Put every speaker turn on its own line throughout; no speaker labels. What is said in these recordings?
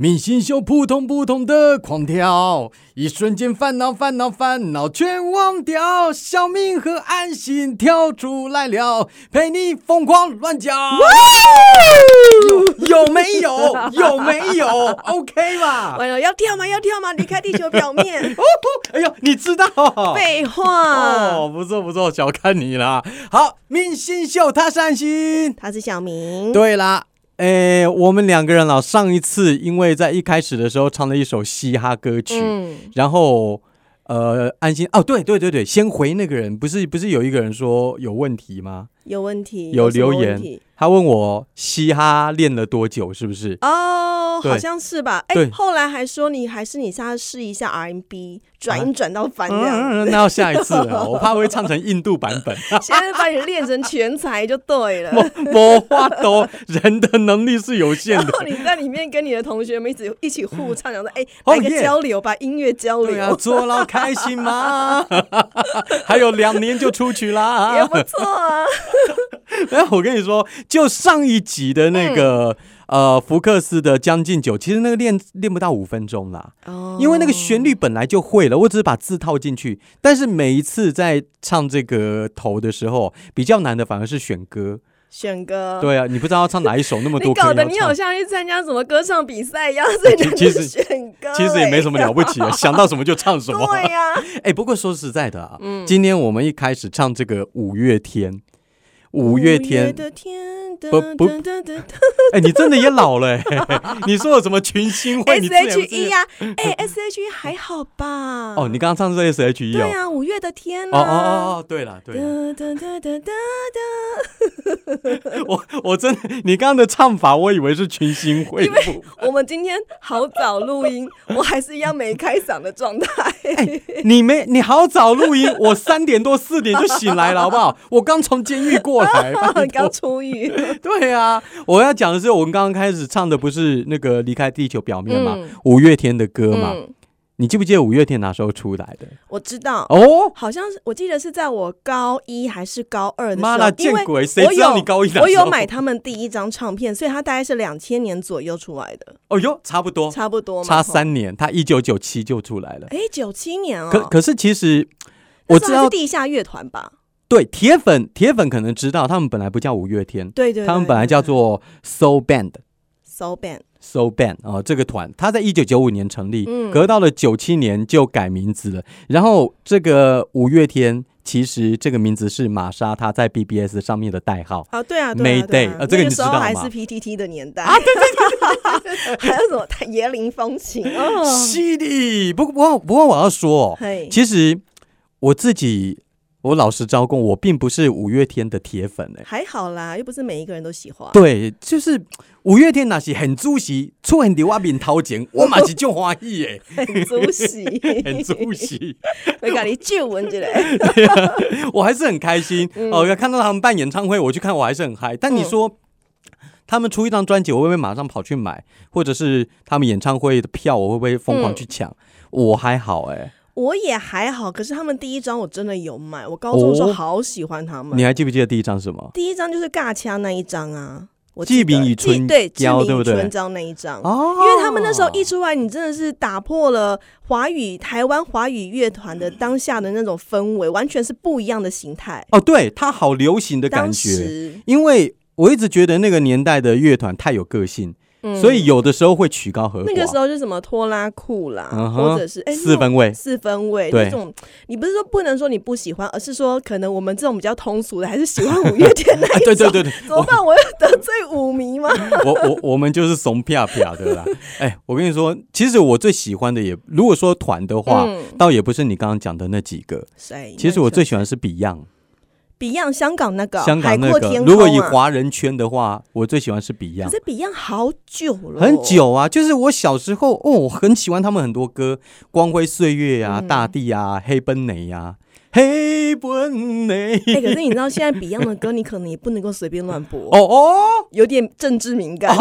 明星秀扑通扑通的狂跳，一瞬间烦恼烦恼烦恼全忘掉，小明和安心跳出来了，陪你疯狂乱叫。有有没 有？有没有？OK 吧？。
完了，哎要跳吗？要跳吗？离开地球表面
哦，哎呦，你知道 哦？
废话，
哦，不错不错，小看你啦。好，明星秀他善心。
他是小明。
对啦，诶，我们两个人啊，上一次因为在一开始的时候唱了一首嘻哈歌曲，
嗯，
然后呃，安心哦，对对对对，先回那个人，不是不是有一个人说有问题吗？
有问题，
有
什么
留
问
言
题，
他问我嘻哈练了多久，是不是？
哦，
对
好像是吧？哎、
对啊
后来还说你还是你下次试一下 RMB，转音转到翻这样。
嗯，那要下一次了，我怕会唱成印度版本。
现在把你练成全才就对了，
我话都，人的能力是有限
然
的。
后你在里面跟你的同学们一直一起互唱，想说哎，
哦
来个
耶
交流吧，音乐交
对啊，
流
坐牢开心吗？ 还有两年就出去啦。
也不错啊。
然后我跟你说，就上一集的那个、
嗯
呃福克斯的《将进酒》，其实那个练练不到五分钟啦，
哦
因为那个旋律本来就会了，我只是把字套进去。但是每一次在唱这个头的时候，比较难的反而是选歌。
选歌，
对啊，你不知道要唱哪一首，那么
哦 你
多歌
搞
要
得你好
唱。哎
像去参加什么歌唱比赛一样，所以你
其
就
实
选歌、
其实也没什
么。
么了不 起啊，想到什么就唱什么。
对嗯呀、
哎，不过说实在的啊，今天我们一开始唱这个五月天，五月天，
的天，
不不
噔噔噔 噔
哎，你真的也老了、哎 你说有什么群星会？你
S
自己也
H
不知
E 呀，哎，S H E 还好吧？
哦，你刚刚唱的是 S H E
对
哦。
啊，五月的天
哦
啊，
哦哦哦，对了对了，
噔噔噔噔噔
我我真的，你刚刚的唱法，我以为是群星荟萃。
噔，我们今天好早录音，我还是一样没开嗓的状态。
你没，你好早录音， 我三点多四点就醒来了，好不好？我刚从监狱过 来，拜
哦
托。
刚出狱，
对啊，我要讲的是，我们刚刚开始唱的不是那个离开地球表面嘛，
嗯
五月天的歌嘛。
嗯，
你记不记得五月天哪时候出来的？
我知道，
哦，
好像是我记得是在我高一还是高二的时
妈
候，
啦，
因
见
为
鬼！谁
我
知道
有
你高一的
我
时
有
候
买他们第一张唱片，所以它大概是两千年左右出来的，
哦哟，差不多，
差不多嘛。
差
吼，
三年，他一九九七就出来了。
哎，九七年哦，
可可是其实我
那时
知
候
道
还是，地下乐团吧？
对铁粉铁粉可能知道，他们本来不叫五月天，
对对对
他们本来叫做 Soul Band。
So Band，
Soul Band 啊、这个团，他在一九九五年成立，
嗯
隔到了九七年就改名字了。然后这个五月天，其实这个名字是玛莎她在 BBS 上面的代号。
啊，对啊，对啊
Mayday，
对啊
呃这个你
那
知
时
道
候
吗
还是 PTT 的年代啊，对对 对，还有什么太椰林风情哦，
犀利，不过不过不过我要说、哦，
嘿，
其实我自己，我老实招供，我并不是五月天的铁粉哎、
还好啦，又不是每一个人都喜欢。
对，就是五月天那是很主席，出现在我面头前，我嘛是就欢喜诶，
很主 席，
很主席，
我跟你旧闻起来，
我还是很开心
嗯
哦。看到他们办演唱会，我去看，我还是很嗨。但你说、他们出一张专辑，我会不会马上跑去买？或者是他们演唱会的票，我会不会疯狂去
嗯
抢？我还好哎、
我也还好，可是他们第一张我真的有买，我高中的时候
哦
好喜欢他们。
你还记不记得第一张是什么？
第一张就是尬掐那一张啊，我
记名
得
以
记
存
对，记
交
名
对不
以
对
存招那一张。
哦
嗯因为他们那时候一出来，你真的是打破了华语台湾华语乐团的当下的那种氛围，完全是不一样的形态。
哦，对，它好流行的感
当
觉，
时，
因为我一直觉得那个年代的乐团太有个性，
嗯
所以有的时候会曲高和寡。
那个时候就是什么拖拉裤啦，
嗯哼
或者是哎
四分位
四分位
对
这种，你不是说不能说你不喜欢，而是说可能我们这种比较通俗的，还是喜欢五月天那一
啊，对
种。
对对对，
怎么办？我要得罪舞迷吗？
我我我们就是怂啪啪的 啦。哎，我跟你说，其实我最喜欢的也，如果说团的话，
嗯
倒也不是你刚刚讲的那几个。
谁？
其实我最喜欢是 Beyond，
Beyond 香港那个
香港
海
那
阔
个。
天空、啊、
如果以华人圈的话，我最喜欢是
可
Beyond。
是哦 Beyond 好久了，
很。久啊，就是我小时候哦，我很喜欢他们很多歌，《光辉岁月》啊，
嗯
大地》啊，《黑奔雷》啊，《黑奔雷》
哎、可是你知道现在 Beyond 的歌，你可能也不能够随便乱播，
哦哦，
有点政治敏感。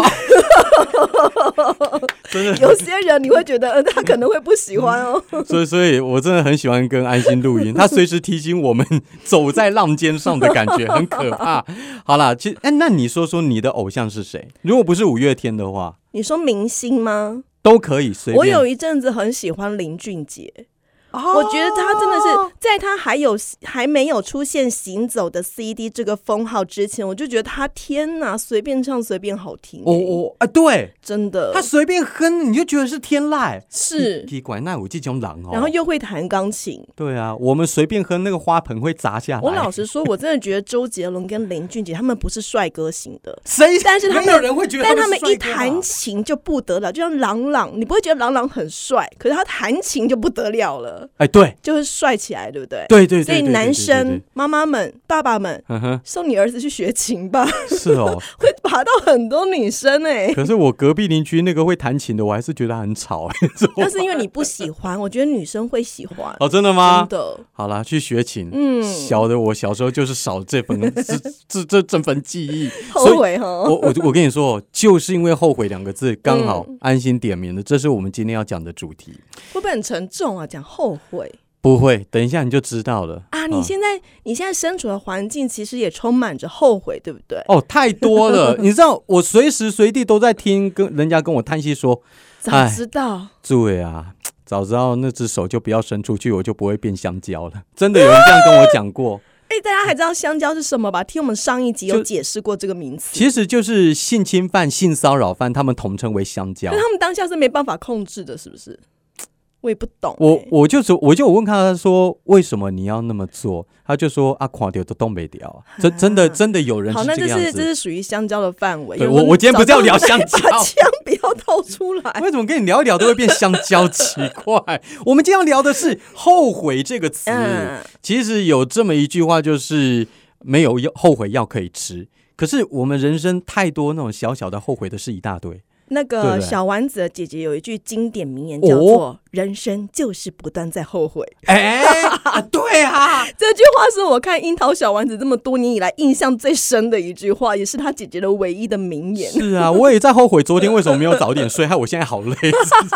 真的
有些人你会觉得，呃，他可能会不喜欢哦。
所以，所以我真的很喜欢跟安心录音，他随时提醒我们走在浪尖上的感觉，很可 怕。好啦，其实，哎，那你说说你的偶像是谁？如果不是五月天的话，
你说明星吗？
都可以随
我
便。
有一阵子很喜欢林俊杰，
哦
我觉得他真的是在他还有还没有出现“行走的 CD” 这个封号之前，我就觉得他天哪，随便唱随便好听、欸
我我啊，对
真的
他随便哼，你就觉得是天籁。
是，
奇怪，那我这种狼哦。
然后又会弹钢琴。
对啊，我们随便哼，那个花盆会砸下来。
我老实说，我真的觉得周杰伦跟林俊杰他们不是帅哥型的，
谁？
但是他们
没有人会觉得
但
他
他们
是
一
帅哥啊
弹琴就不得了，就像郎朗，你不会觉得郎朗很帅，可是他弹琴就不得了了，
哎，对
就是帅起来，对不对？
对对对，
所以
对
男，
对对
生
对
妈妈们、爸爸们，
嗯哼，
送你儿子去学琴吧，
是哦。
会拔到很多女 生哎、
可是我隔壁邻居那个会弹琴的，我还是觉得他很吵。
但是因为你不喜欢，我觉得女生会喜欢，
哦，真的吗？
真的。
好啦，去学琴。
嗯
小的我小时候就是少这份这这这这份记 忆，所
后
以。
悔哈，
我我我跟你说哦， 就是因为后悔两个字，刚好安心点名了，这是我们今天要讲的主题。
会不会很沉重啊？讲后悔
不会，等一下你就知道了
啊！你现在、你现在身处的环境其实也充满着后悔，对不对？
哦，太多了，你知道我随时随地都在听跟人家跟我叹息说，哎
早知道，
对啊，早知道那只手就不要伸出去，我就不会变香蕉了。 真的有人这样跟我讲过，
哎、大家还知道香蕉是什么吧？听我们上一集有
就
解释过这个名词，
其实就是性侵犯、性骚扰犯，他们统称为香蕉
但。他们当下是没办法控制的，是不是？我也不懂欸、
我我就是我就有问他说为什么你要那么做，他就说啊，垮掉都东北掉 啊，真真的真的有人
好，
是
那
这
这
个样
是这
子。
是属于香蕉的范围。
对
有人
我我今天不是要聊香蕉
找到那把 枪不要掏出来。
为什么跟你聊一聊都会变香蕉？奇 怪，我们今天要聊的是“后悔”这个词。
嗯，
其实有这么一句话，就是没有药后悔药可以吃。可是我们人生太多那种小小的后悔的事一大 堆。
那
对
个
不对哦
小丸子的姐姐有一句经典名言，叫做“人生就是不断在后悔
哎、啊对啊，”。
这句话是我看樱桃小丸子这么多年以来印象最深的一句话，也是她姐姐的唯一的名言。
是啊，我也在后悔昨天为什么没有早点睡，害我现在好累，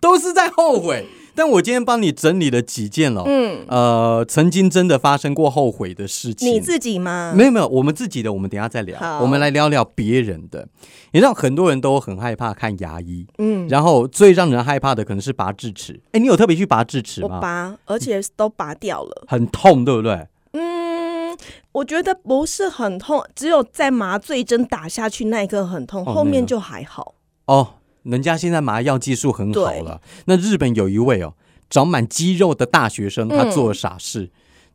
都是在后悔。但我今天帮你整理了几件了，嗯，呃，曾经真的发生过后悔的事情。
你自己吗？
没有没有，我们自己的，我们等一下再聊
好。
我们来聊聊别人的。你知道很多人都很害怕看牙医，
嗯，
然后最让人害怕的可能是拔智齿。哎，你有特别去拔智齿
我
吗？
拔，而且都拔掉了。
很痛，对不对？
嗯，我觉得不是很痛，只有在麻醉针打下去那一刻很痛，
哦
后
那
面
个
就还好。
哦，人家现在麻药技术很好了。那日本有一位哦，长满肌肉的大学
嗯
生，他做了傻事。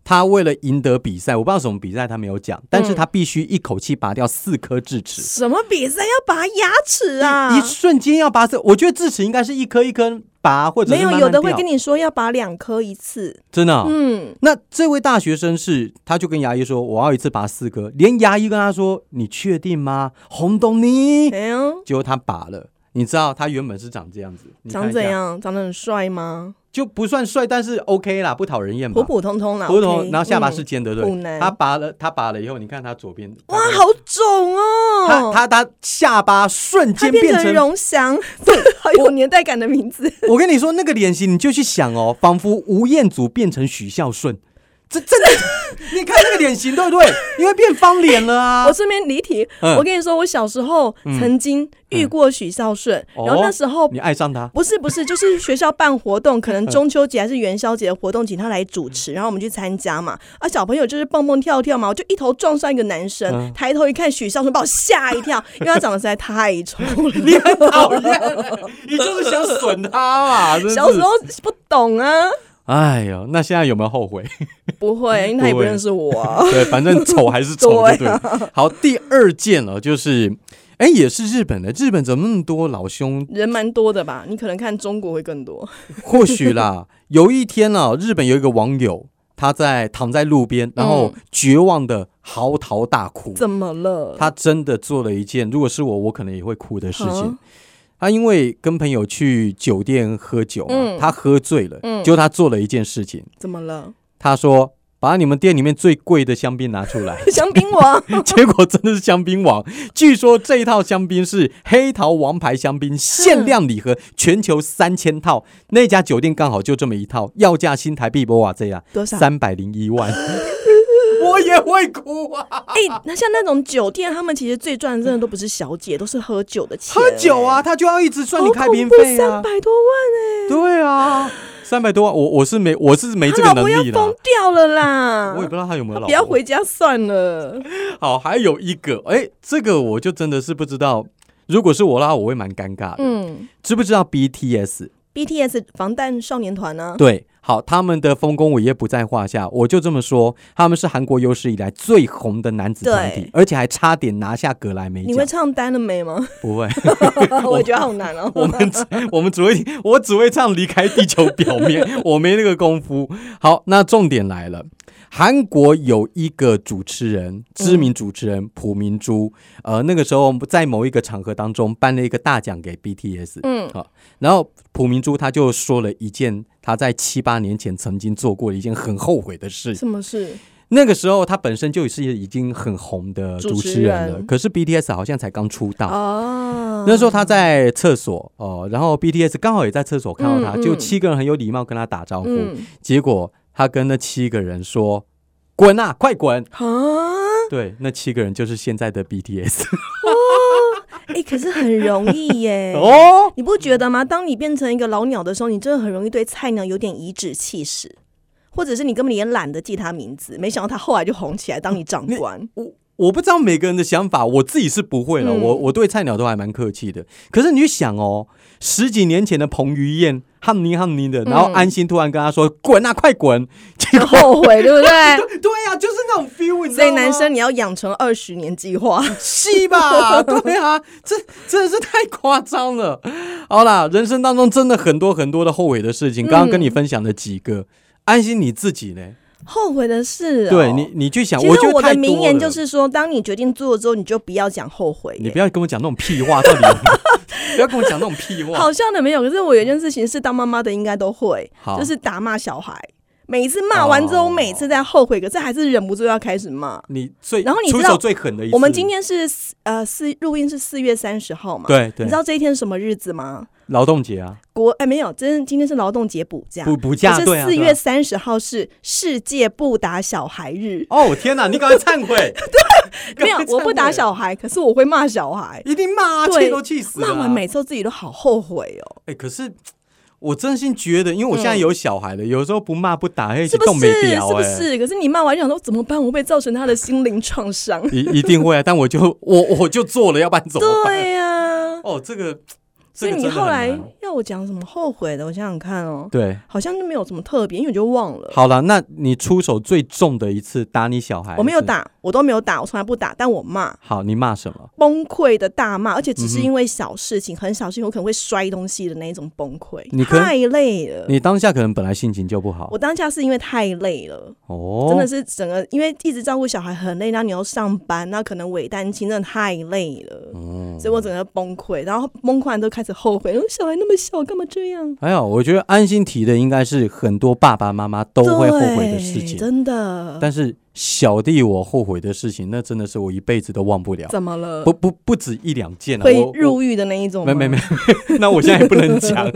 他为了赢得比赛，我不知道什么比赛，他没有讲，但
嗯
是他必须一口气拔掉四颗智齿，
什么比赛要拔牙齿啊？
一瞬间要拔四。我觉得智齿应该是一颗一颗拔，或者
没
是
有，
慢慢
有的会
掉
跟你说要拔两颗一次。
真的哦、
嗯，
那这位大学生是，他就跟牙医说：“我要一次拔四颗。”连牙医跟他说：“你确定吗？红豆泥。
哎呀，”
结果他拔了，你知道他原本是长这样子，你看
长
一下
怎？样？长得很帅吗？
就不算帅，但是 OK 啦，不讨人厌吧？
普普通通啦，
嗯普普通
OK，
然后下巴
嗯
是尖的，对
普
不对？
男
他拔了，他拔了以后，你看他左边，
哇，
他
好肿
他
哦！
他他下巴瞬
他
间
变
变
成
成，
荣翔，对， 好有年代感的名字。
我跟你说那个脸型，你就去想哦，仿佛吴彦祖变成许孝顺，这真的， 你看那个脸型对不对？因为变方脸了啊
我。顺便离题，
嗯
我跟你说，我小时候曾经遇过许孝顺，
嗯
然后那时候
你爱嗯上他，
不是不是， 就是学校办活动，可能中秋节还是元宵节的活动，请他来主持，
嗯
然后我们去参加嘛。啊，小朋友就是蹦蹦跳跳嘛，我就一头撞上一个男生，
嗯
抬头一看许孝顺，把我吓一 跳，因为他长得实在太丑了。
你 很讨厌，你就是想损他嘛，真是
小时候不懂啊，
哎呦，那现在有没有后悔？
不会，因为他也不认识我、 啊。
对，反正丑还 是丑，对不对？好，第二件了，就是，哎，也是日本的，日本怎么那么多老兄？
人蛮多的吧？你可能看中国会更 多。
或许 啦，有一天啊，日本有一个网友，他在躺在路边，然后绝望的嚎啕大哭。
嗯怎么了？
他真的做了一件，如果是我，我可能也会哭的事情
啊。
他因为跟朋友去酒店喝酒嘛，
嗯
他喝醉了，
嗯
结果他做了一件事情，
怎么了？
他说把你们店里面最贵的 香槟拿出来，
香槟王
结果真的是香槟王。据说这一套香槟是黑桃王牌香槟限量礼盒，全球三千套，那家酒店刚好就这么一套，要价新台币波瓦这样
多少？
三百零一万。我也会哭啊！
哎、那像那种酒店，他们其实最赚的真的都不是小姐，都是喝酒的钱、
喝酒啊，，他就要一直算你开瓶费
三
啊，
百多万
对啊，三百多万，我我是没我是没
哎、
这
他
个
老婆
能
要
力啦
疯。掉了啦！
我也不知道他有没有老
不要
婆。
回家算 了。
好，还有一个，哎，这个我就真的是不知道。如果是我啦，我会蛮尴尬的。
嗯
知不知道 BTS？
，BTS 防弹少年团啊 呢、
对，好，他们的丰功伟业不在话下。我就这么说，他们是韩国有史以来最红的男子团体
对，
而且还差点拿下格莱美
你会
奖。
唱单了 没吗？
不会，
我觉得好难哦。
我们只我们只会我只会唱离开地球表面， 我没那个功夫。好，那重点来了，韩国有一个主持人，知名主持人朴明珠，呃，那个时候在某一个场合当中颁了一个大奖给 BTS，
嗯
好、然后朴明珠她就说了一件她在七八年前曾经做过一件很后悔的事，
什么事？
那个时候她本身就是已经很红的主持人了，
主持人
可是 BTS 好像才刚出道。
哦，
啊那时候他在厕所哦，然后 BTS 刚好也在厕所看到他，
嗯嗯
就七个人很有礼貌跟他打招呼，
嗯
结果他跟那七个人说：“滚啊，快滚
啊。！”
对，那七个人就是现在的 BTS
哎、可是很容 易耶。
哦。
你不觉得吗？当你变成一个老鸟的时候，你真的很容易对菜鸟有点颐指气使，或者是你根本也懒得记他名字。没想到他后来就红起来，当你长 官。
我我不知道每个人的想法，我自己是不会了。
嗯
我我对菜鸟都还蛮客气的。可是你去想哦，十几年前的彭于晏，汉尼汉尼的，然后
嗯
安心突然跟他说：“滚啊，快滚！”结
很
果
后悔，对不对？
对呀、就是那种 feel，你知
所
道
以
吗？
男生你要养成二十年计划。
戏吧， 对啊，这真的是太夸张了。好啦，人生当中真的很多很多的后悔的事
嗯
情，刚刚跟你分享了几个。安心你自己呢？
后悔的事、哦，
对你，你去想，
其实
觉得
我
太
的
多
名言
了
就是说，当你决定做了之后，你就不要讲后悔耶。
你不要跟我讲那种屁话， 到底有没有不要跟我讲那种屁话。
好笑的没有，可是我有一件事情是当妈妈的应该都会
好，
就是打骂小孩。每一次骂完之后，
哦
我每次在后悔，可是还是忍不住要开始骂。
你最
然后你知
出
道
手最狠的一次，
我们今天是四呃四录音是四月三十号嘛？，
对对
你知，道这一天是什么日子吗？
劳动节啊，
国哎没有，真今天是劳动节补假，
补补假
可
对
是
啊。
四
对啊
月三十号是世界不打小孩日。
哦天哪，你赶快忏悔！
没
对
有，我不打，小孩，可是我会骂小孩。
一定骂啊，
对
气都气死了啊。
骂完每次自己都好后悔哦，
哎、可是我真心觉得，因为我现在有小孩了，有时候不骂不打，一起
嗯是不
动没
是？
掉、
是不
哎。？
是？可是你骂完就想说怎么办？我会不会造成他的心灵创伤
一一定会啊！但我就 我我就做了，要不然怎么办？
对呀、
哦，这个，
所
这
以
个
你
真的很
后来
难哦
要我讲什么后悔的？我想想看哦，
对，
好像就没有什么特别，因为我就忘了。
好了，那你出手最重的一次打你小孩，
我没有
是。
打，我都没有打，我从来不打，但我骂，
好，你骂什么？
崩溃的大骂，而且只
嗯
是
哼
因为小事情，很小事情，我可能会摔东西的那一种崩溃，
你可能
太累了。
你当下可能本来心情就不好
我当下是因为太累了，
哦，
真的是整个因为一直照顾小孩很累，然后你又上班，那可能伪单亲，真的太累了，
哦
所以我整个崩溃，然后崩溃完都开始后悔，我小孩那么小，干嘛这样？
还哎有，我觉得安心提的应该是很多爸爸妈妈都会后悔的事
对
情，
真的。
但是小弟我后悔的事情，那真的是我一辈子都忘不了，
怎么了？
啊不不不止一两件啊，
呃会
我我
入狱的那一种
没
吗？
没没， 那我现在也不能 讲。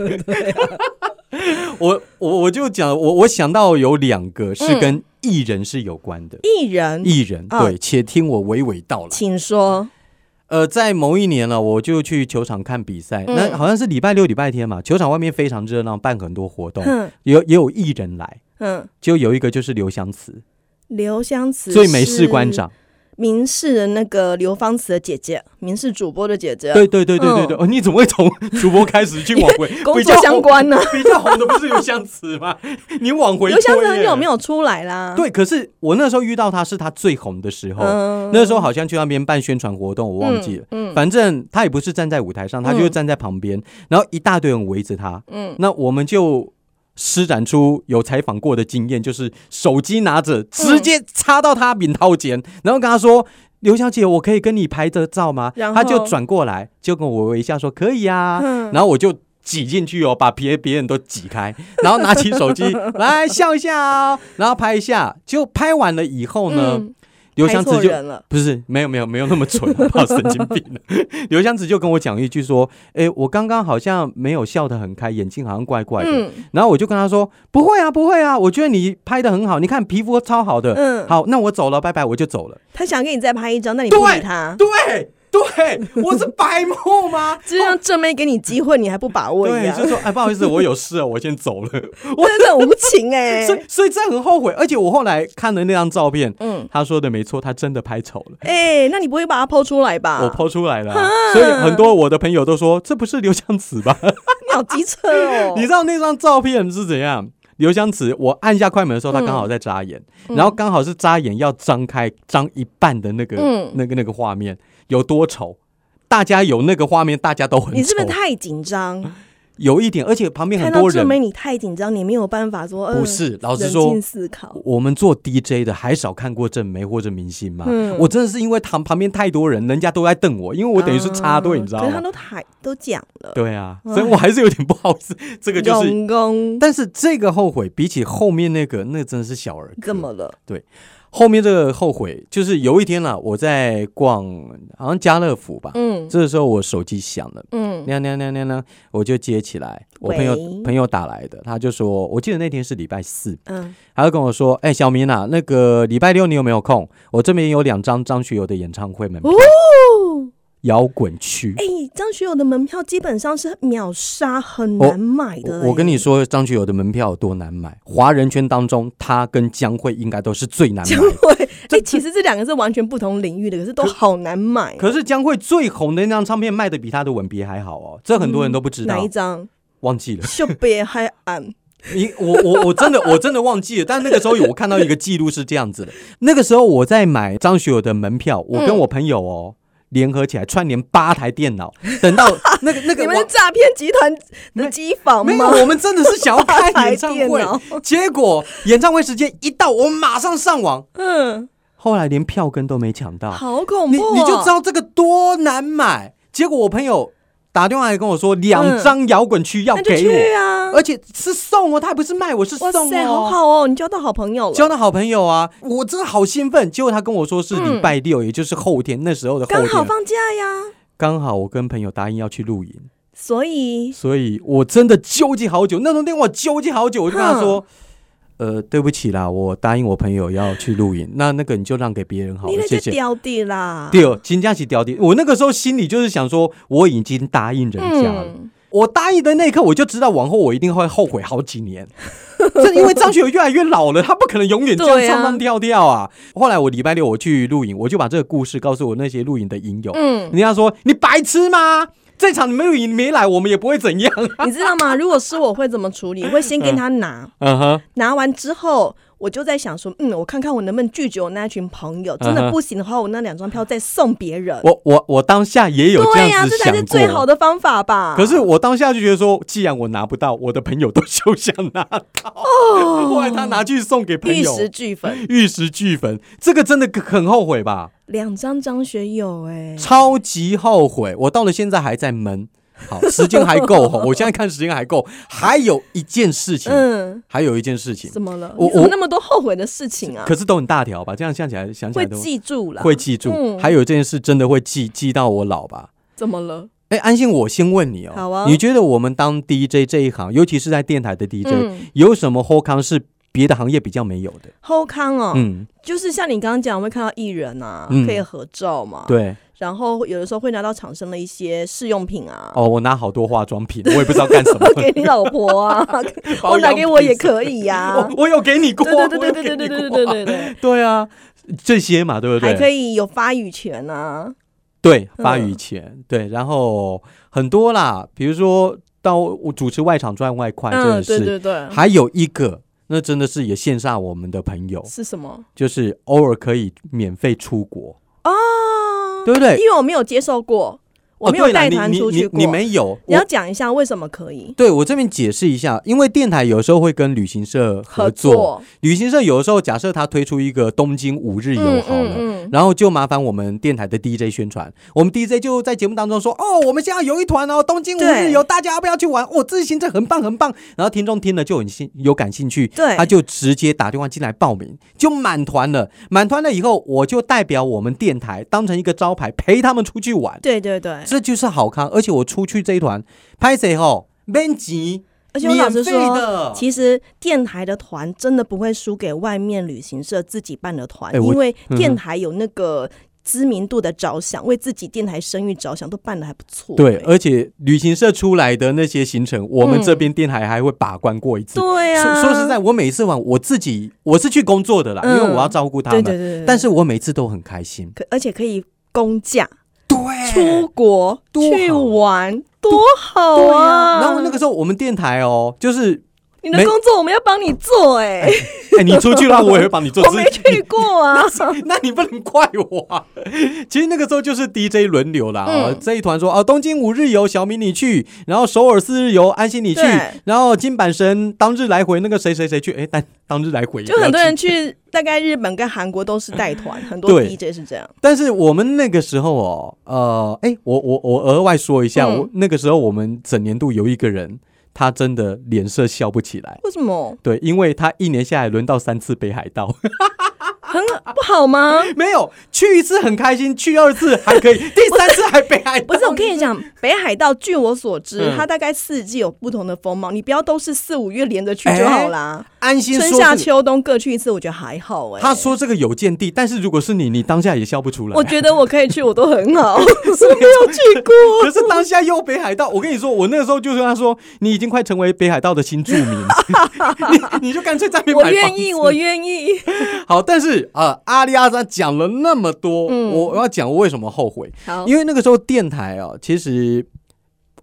我我我就讲，我我想到有两个是跟艺人是有关的，
艺人，
艺人
啊
对，且听我娓娓道来。
请说。
呃，在某一年了，我就去球场看比赛，
嗯
那好像是礼拜六、礼拜天嘛，球场外面非常热闹，办很多活动，
哼
也有也有艺人来，
嗯，
就有一个就是刘湘慈，
刘湘慈
最美士官，长，
民事的那个刘芳慈的姐姐，民事主播的姐姐，
对对对对对对，哦，你怎么会 从主播开始去往回
工
比
作
较
相
红
关呢、
比较红的不是刘湘慈吗？ 你往回
刘湘慈很
推耶
久没有出来啦。，
对，可是我那时候遇到他是他最红的时候，
嗯
哦那时候好像去那边办宣传活动，我忘记了。
嗯
反正他也不是站在舞台上，他就是站在旁边，然后一大堆人围着他。
嗯，
那我们就施展出有采访过的经验，就是手机拿着直接插到他领头前，然后跟他说：“刘小姐，我可以跟你拍个照吗？”
然后
他就转过来，就跟我微笑说：“可以啊。
嗯
然后我就。挤进去哦，把别别人都挤开，然后拿 起手机来笑一下哦，然后拍一下。就拍完了以后呢，
嗯
刘
拍
湘
错
慈就
人了，
不是，没有没有没有那么蠢， 好不好？神经病 了。刘湘子就跟我讲一句说：“哎、我刚刚好像没有笑得很开，眼睛好像怪怪的。
嗯
然后我就跟他说：“不会啊，不会啊，我觉得你拍的很好，你看皮肤超好的。
嗯，
好，那我走了，拜拜，我就走了。
他想跟你再拍一张，那你不
对
理他，
对对，我是白目吗？
就像正妹给你机会，你还不把握一
对，
样，
就说哎，不好意思，我有事了，我先走了。
真的很无情 哎、
所以所以这很后悔，而且我后来看了那张照片，
嗯，
他说的没错，他真的拍丑了。
哎、那你不会把它剖出来吧？
我，抛出来了啊、所以很多我的朋友都说这不是刘湘子吧？！
你好机车哦
你知道那张照片是怎样？刘湘子，我按下快门的时候，他刚好在眨眼，
嗯
然后刚好是眨眼要张开张一半的那个、
嗯
那个那个画面有多丑？大家有那个画面，大家都很丑。
你是不是太紧张？
有一点？而且旁边很
看
多
到
人
正妹你太紧张，你没有办法说。呃、
不是老实
冷
说
静思考。
我们做 DJ 的还少看过正媒或者明星吗？
嗯
我真的是因为旁旁边太多人，人家都在瞪我，因为我等于是插队，
啊
你知道
可是他
吗？
都太都讲了，
对啊，所以我还是有点不好意思。这个就是，
用功
但是这个后悔比起后面那个，那真的是小儿科。
怎么了？
后面这个后悔，就是有一天啦，我在逛，好像家乐福吧，
嗯
这时候我手机响了。
嗯
亮亮亮亮亮，我就接起来，我朋友
喂
朋友打来的，他就说，我记得那天是礼拜四，
嗯，
他就跟我说：“哎、小明啊，那个礼拜六你有没有空？我这边有两张张学友的演唱会门票，嗯
哦，
摇滚区。
哎、张学友的门票基本上是秒杀，很
我
难买的、哎
我我跟你，说，张学友的门票有多难买？华人圈当中，他跟江蕙应该都是最难买
江
的。
蕙，哎、其实这两个是完全不同领域的，可是都好难买。
可是江蕙最红的那张唱片卖的比他的吻别还好哦，这很多人都不知道
嗯哪，一张？
忘记了。
秀别还暗，
你我我我真的我真的忘记了，但那个时候有我看到一个记录是这样子的，那个时候我在买张学友的门票，我跟我朋友哦。联合起来串联八台电脑，等到那个那个
你
网
们是诈骗集团的机房
没有，
吗？
我们真的是想要 开演唱
八台电脑
会，结果演唱会时间一到，我马上上网，
嗯，
后来连票根都没抢到，
好恐
你
怖、哦！
啊你就知道这个多难买。结果我朋友打电话来跟我说，两张摇滚区要
嗯那就
给我，
去啊！
而且是送哦，他还不是卖我，是
哇
送
塞，好
哦。
好哦，你交到好朋友
交
了。
到好朋友啊，我真的好兴奋。结果他跟我说是礼拜六，也就是后天，那时候的后
嗯刚好
天，
放假呀，
刚好我跟朋友答应要去露营，
所以
所以我真的纠结好久，那通电话我纠结好久，我就跟他说。呃，对不起啦，我答应我朋友要去露营，那那个你就让给别人好
你
了，
那
谢
就
谢。
掉地啦。
对，哦金佳琪掉地，我那个时候心里就是想说，我已经答应人家了，
嗯，
我答应的那一刻，我就知道往后我一定会后悔好几年。 这因为张学友越来越老了，他不可能永远这
对
样
啊
唱唱跳跳啊。后来我礼拜六我去露营，我就把这个故事告诉我那些露营的营友，
嗯，
人家说你白痴吗？这场你们露营没来，我们也不会怎样。
你知道吗？如果是我会怎么处理？我会先跟他 拿，
嗯哼，
拿完之后。我就在想说，嗯，我看看我能不能拒绝我那群朋友，真的不行的话，我那两张票再送别人。
嗯我我我当下也有这
对呀、
样子
这
想过。
才是最好的方法吧。
可是我当下就觉得说，既然我拿不到，我的朋友都休想拿到。后来他拿去送给朋
哦玉
友，
石俱焚，
玉石俱焚，这个真的很后悔吧？
两张张学友、哎，
超级后悔，我到了现在还在闷。好，时间还够吼，我现在看时间还够。还有一件事情，
嗯，
还有一件事情，
怎么了？
我
你怎么
我
那么多后悔的事情啊？
可是都很大条吧？这样想起来，想起
会
来都
记住了，
会记住。
嗯
还有这件事真的会记记到我老吧？
怎么了？
哎，安信，我先问你哦，
好啊
你觉得我们当 DJ 这一行，尤其是在电台的 DJ，、
嗯
有什么后康是别的行业比较没有的？
后康哦，
嗯，
就是像你刚刚讲，我会看到艺人啊，
嗯
可以合照嘛，，
对。
然后有的时候会拿到厂商的一些试用品啊，。
哦，我拿好多化妆品，我也不知道干什么
给你老婆 啊，
保
我拿
养
给我
品
也
什么
可以呀、
我我有给你过，
对对对对对对对
我有给你过
对对对对，
对啊，这些嘛，对不对？
还可
以
以有发语权啊，
对
嗯
发语权，对，然后很多啦，比如说到我主持外场赚外快这件
嗯，
事，
对对对，
还有一个。那真的是也羡煞我们的朋友，
是什么
就是偶尔可以免费出国，
啊？
对不对？哦
因为我没有接受过，我没有带团出去
哦对啦你你
过。
你你没有，
你要
我
讲一下为什么可以
对我这边解释一下，因为电台有时候会跟旅行社合作，
作？
旅行社有的时候假设他推出一个东京五日游好了。
嗯，
然后就麻烦我们电台的 DJ 宣传，我们 DJ 就在节目当中说：“哦，我们现在有一团哦，东京五日
对
游，大家要不要去玩？哦，这行程很棒很棒。”然后听众听了就很兴有感兴趣，
对
他就直接打电话进来报名，就满团了。满团了以后，我就代表我们电台当成一个招牌陪他们出去玩，
对对对，
这就是好康。而且我出去这一团拍谁吼，编辑，
而且我老实
免费
说，
的
其实电台的团真的不会输给外面旅行社自己办的团，
哎我
因为
嗯
电台有那个知名度的着想，为自己电台声誉着想，都办的还不错、
对，
哎
而且旅行社出来的那些行程，我们这边电台还会把关过一次。
嗯对啊，
说说实在，我每次玩我自己我是去工作的啦，
嗯
因为我要照顾他
对
们。
对对对，
但是我每次都很开心。
可而且可以公假
对，
出国
哎多好
去玩，多好
对
啊！
然后那个时候我们电台哦，就是
你的
没
工作我们要帮你做、哎、
哎，你出去了，我也会帮 你做。
我没去 过啊。
那你不能怪我啊！其实那个时候就是 DJ 轮流啦，哦
嗯，
这一团说哦，东京五日游，小明你去，然后首尔四日游，安心你去
对，
然后金板神当日来回，那个谁谁谁去，哎，但当日来回也
就
不要
很多
去
人去，大概日本跟韩国都是带团，很多
对
DJ 是这样。
但是我们那个时候哦，呃，哎，我我我额外说一下，
嗯
我那个时候我们整年度有一个人，他真的脸色笑不起来。
为什么
对，因为他一年下来轮到三次北海道，
不好吗？
没有去一次很开心，去二次还 可以，第三次还北海道。
不是，我跟你 讲，北海道据我所知，
嗯
它大概四季有不同的风貌，你不要都是四五月连着去就好啦。
安心
春
说
夏
是
秋冬各去一次，我觉得还好哎、
他说这个有见地，但是如果是你，你当下也笑不出来。
我觉得我可以去，我都很 好，我没有去过。
可是当下又北海道，我跟你说，我那个时候就跟他说，你已经快成为北海道的新住 民，你 你就干脆在那边
我
买房
愿意，
子
我愿意。
好，但是呃，阿里阿扎讲了那么多，
嗯
我我要讲我为什么后悔，
好，
因为那个时候电台哦，其实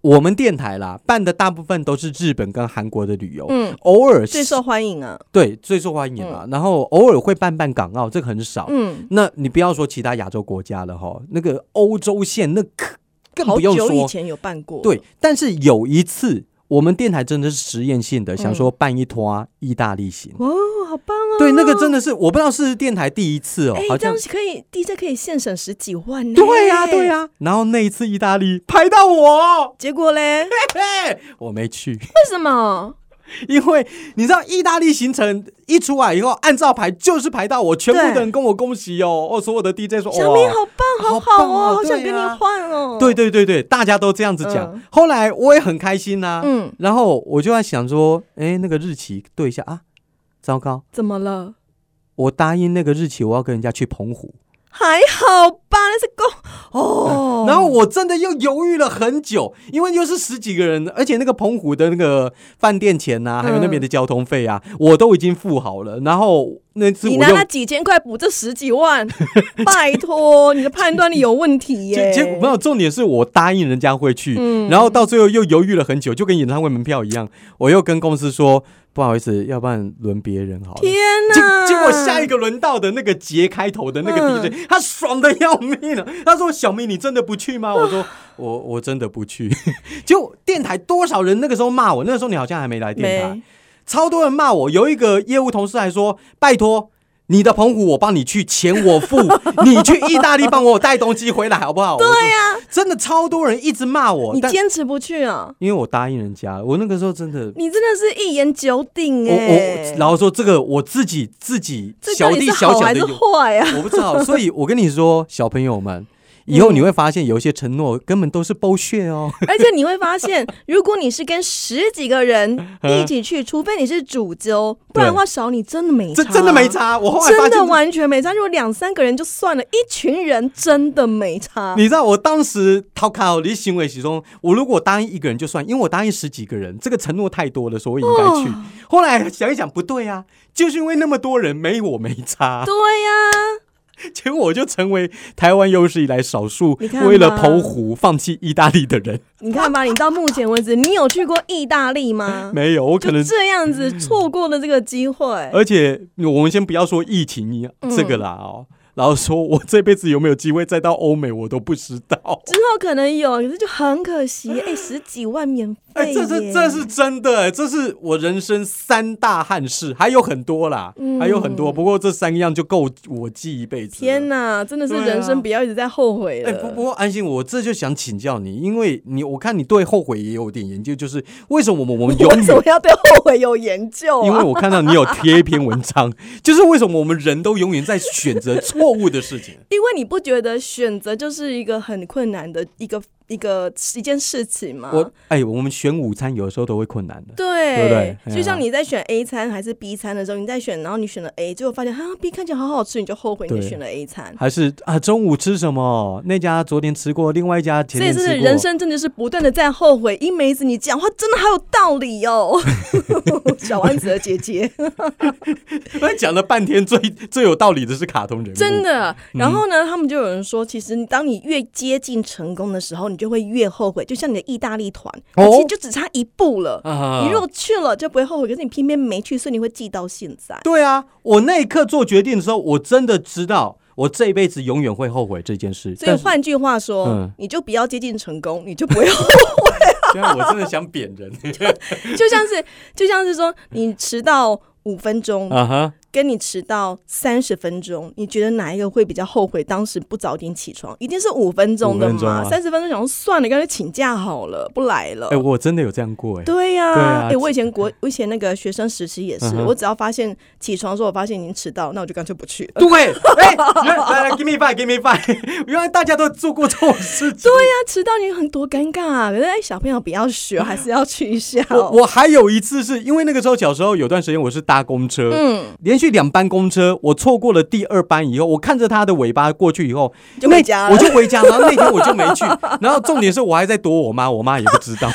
我们电台啦办的大部分都是日本跟韩国的旅游，
嗯，
偶尔
最
是
受欢迎啊，
对最受欢迎啊，然后偶尔会办办港澳，这个很少。
嗯，
那你不要说其他亚洲国家了哈，那个欧洲线那可更
好
不用
久以
说。
前有办过，
对，，但是有一次我们电台真的是实验性
嗯
的，想说办一拖、意大利行。
哦，好棒啊！
对，那个真的是我不知道是电台第一次哦，
哎、
好
这
像
样子可以，DJ 可以现省十几万呢、哎
对呀、对、啊呀、然后那一次意大利拍到我，
结果嘞，哎为
嘿嘿，我没去，
什么？
因为你知道意大利行程一出来以后，按照排就是排到我，全部
对
的人跟我恭喜哦，哦，所有的 DJ 说
小明
哇。
好棒，
好
好好
棒哦
哦，好想
对
跟你
啊
换哦。
对，对对对，大家都这样子讲。
嗯
后来我也很开心呐、
嗯，
然后我就在想说，哎，那个日期对一下啊，糟糕，
怎么了？
我答应那个日期我要跟人家去澎湖，
还好吧，那是够 哦。
然后我真的又犹豫了很久，因为又是十几个人，而且那个澎湖的那个饭店钱呐、
嗯
还有那边的交通费啊，我都已经付好了。然后那次我
你
又
拿那几千块补这十几万， 拜托，你的判断力有问题
结
耶。
结果没有，重点是我答应人家会去，
嗯
然后到最后又犹豫了很久，就跟演唱会门票一样，我又跟公司说不好意思，要不然轮别人好了。
天
结
哪！
结果下一个轮到的那个杰开头的那
嗯
个 DJ，、他爽的要命了。他说：“小明，你真的不去吗？”我说：“我我真的不去。” 就电台多少人那个时候骂我，那个时候你好像还没来电台
没，，
超多人骂我。有一个业务同事还说：“拜托，你的澎湖我帮你去，钱我 付，你去意大利帮我带东西回来好不好？”对呀、真的超多人一直骂我
哎你，
哦但
坚持不去啊？
因为我答应人家了，我那个时候真的。
你真的是一言九鼎
我
哎
我。然后说这个我自己自己
这
小
到底
弟
是
小
好
小
还
的
是
有
坏啊？
我不知道，所以我跟你说，小朋友们，以后你会发现有一些承诺根本都是剥削哦。
而且你会发现，如果你是跟十几 个人
嗯
一起去，除非你是主揪，不然的话少你真的没差，
这 真的没，差，我后来发现
真的。完全没差。如果两三个人就算了，一群人真的没差。
你知道我当时逃考离行为其中，我如果答应一个人就算，因为我答应十几个人，这个承诺太多了，所以我应该去。后来想一想，不对啊，就是因为那么多人没我没差，
对呀、
结果我就成为台湾有史以来少数
你看吧
为了澎湖放弃意大利的人。
你看吧，你到目前为止，你有去过意大利吗？
没有，我可能呃
就这样子错过了这个机会。
而且我们先不要说疫情一样
嗯
这个啦哦。然后说我这辈子有没有机会再到欧美，我都不知道。
之后可能有，可是就很可惜，哎、十几万免
呃哎、
费耶、
这是这是真的、哎，这是我人生三大憾事，还有很多啦，
嗯
还有很多。不过这三样就够我记一辈子了。
天哪，真的是
对啊
人生不要一直在后悔了。
哎、不不过安心，我这就想请教你，因为你我看你对后悔也有点研究，就是为什么我们我们永
为什
远
么，要对后悔有研究
因为
啊？？
我看到你有贴一篇文章， 就是为什么我们人都永远在选择错误的事情
因为你不觉得选择就是一个很困难的一个一个一件事情吗？
我哎、我们选午餐有的时候都会困难的。
对，
对不对哎呀
就像你在选 A 餐还是 B 餐的时候，你在选，然后你选了 A，结果发现啊 B 看起来好好吃，你就后悔
对
你选了 A 餐。
还是啊，中午吃什么？那家昨天吃过，另外一家前
所以
天吃过。
是 人生真的是不断的在后悔。一梅子，你讲话真的好有道理哦， 嗯小丸子的姐姐，
我讲了半天，最最有道理的是卡通人物。
真的。然后呢，他们就有人说，其实你当你越接近成功的时候，你就会越后悔。就像你的意大利团，
哦
其实就只差一步了。
啊
你如果去了就不会后悔，可是你偏偏没去，所以你会记到现在。
对啊，我那一刻做决定的时候，我真的知道我这一辈子永远会后悔这件事。
所以
但是
换句话说，
嗯
你就不要接近成功，你就不会后
现在我真的想扁 人
悔。就像是就像是说，你迟到五分钟，
啊哈！
跟你迟到三十分钟，你觉得哪一个会比较后悔？当时不早点起床，一定是五分钟的
5分钟
嘛？
啊
三十、分钟想说算了，干脆请假好了，不来了。
哎、我真的有这样过哎、
对呀、
对啊
哎、我以前国，我以前那个学生时期也是，
嗯哼
我只要发现起床的时候，我发现已经迟到，那我就干脆不去了。
对，哎、原来来来，give me five，give me five，原 来大家都做过这种事情。
对呀、迟到你很多尴尬啊！可是哎、小朋友不要学，还是要去一下、
我
哦。
我还有一次是因为那个时候小时候有段时间我是搭公车，
嗯，
连续两班公车，我错过了第二班以后，我看着它的尾巴过去以后，
就回家了
那我就回家，然 后那天我就没去，然后重点是我还在躲我妈，我妈也不知 道，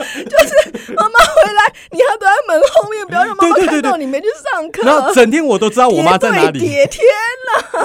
妈妈回来，你还躲在门后面，不要让妈妈
对对
看
对对
到你没去上课。
然后整天我都知道我妈在哪
叠
里，
对叠天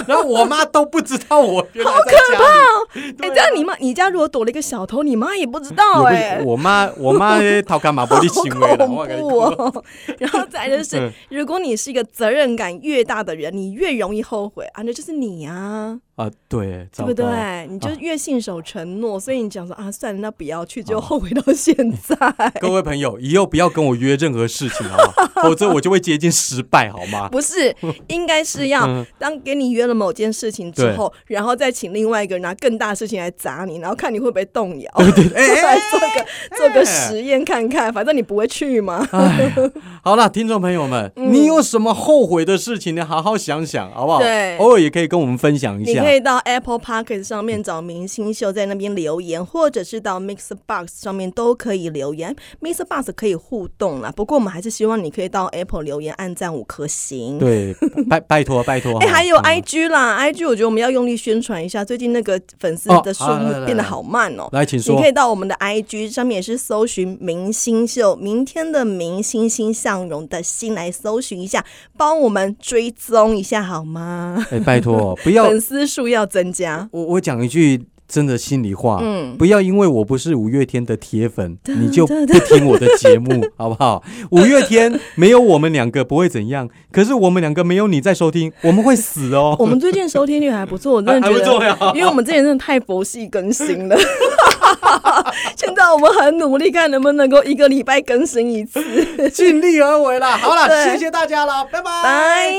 然后我妈都不知道我原来在家里。
哎、这样你妈，你家如果躲了一个小偷，你妈也不知道哎、
也不我妈，我妈讨干嘛不利行为
好
了，
恐
我跟你
怖
说。
哦！然后再来就是
嗯，
如果你是一个责任感越大的人，你越容易后悔啊，那就是你啊，
啊，对，
对
糟
不
糕
对？你就越信守承诺，所以你讲说啊，算了，那不要去，就后悔到现 在。
各位朋友，以后不要跟我约任何事情，好不 好？否则我就会接近失败，好吗？
不是，应该是要
嗯
当给你约了某件事情之
对
后，然后再请另外一个人拿更大的事情来砸你，然后看你会 不会动摇，
对对，哎、
来做个做个实验看看，反正你不会去嘛。
好了，听众朋友们，
嗯
你有什么后悔的事情呢？好好想想，好不好？
对
偶尔也可以跟我们分享一
你
下
可。以到 Apple p o c k e t 上面找明星秀，在那边留言，或者是到 Mix Box 上面都可以留言。Mix Box 可以互动啦，不过我们还是希望你可以到 Apple 留言，按赞五颗星。
对，拜 拜托拜托。
哎、还有
嗯
IG 啦、i g 我觉得我们要用力宣传一下，最近那个粉丝的数
哦好来来
目
来
变得好慢哦、
来，请
你
说
可。以到我们的 IG 上面也是搜寻“明星秀”，明天的明星星向荣的星来搜寻一下，帮我们追踪一下好吗？
哎，拜 托，不要
粉丝数要增加。
我我讲一句真的心里话，
嗯
不要因为我不是五月天的铁粉，
哒
你就不听我的节 目，好不好？五月天没有我们两个不会怎样，可是我们两个没有你在收听，我们会死哦。
我们最近收听率还不错，我真的
还
觉
不
得，
错呀
因为我们之前真的太佛系更 新了。现在我们很努力，看能不能够一个礼拜更新一次。
尽力而为啦。好啦，
对
谢谢大家啦，拜拜
拜。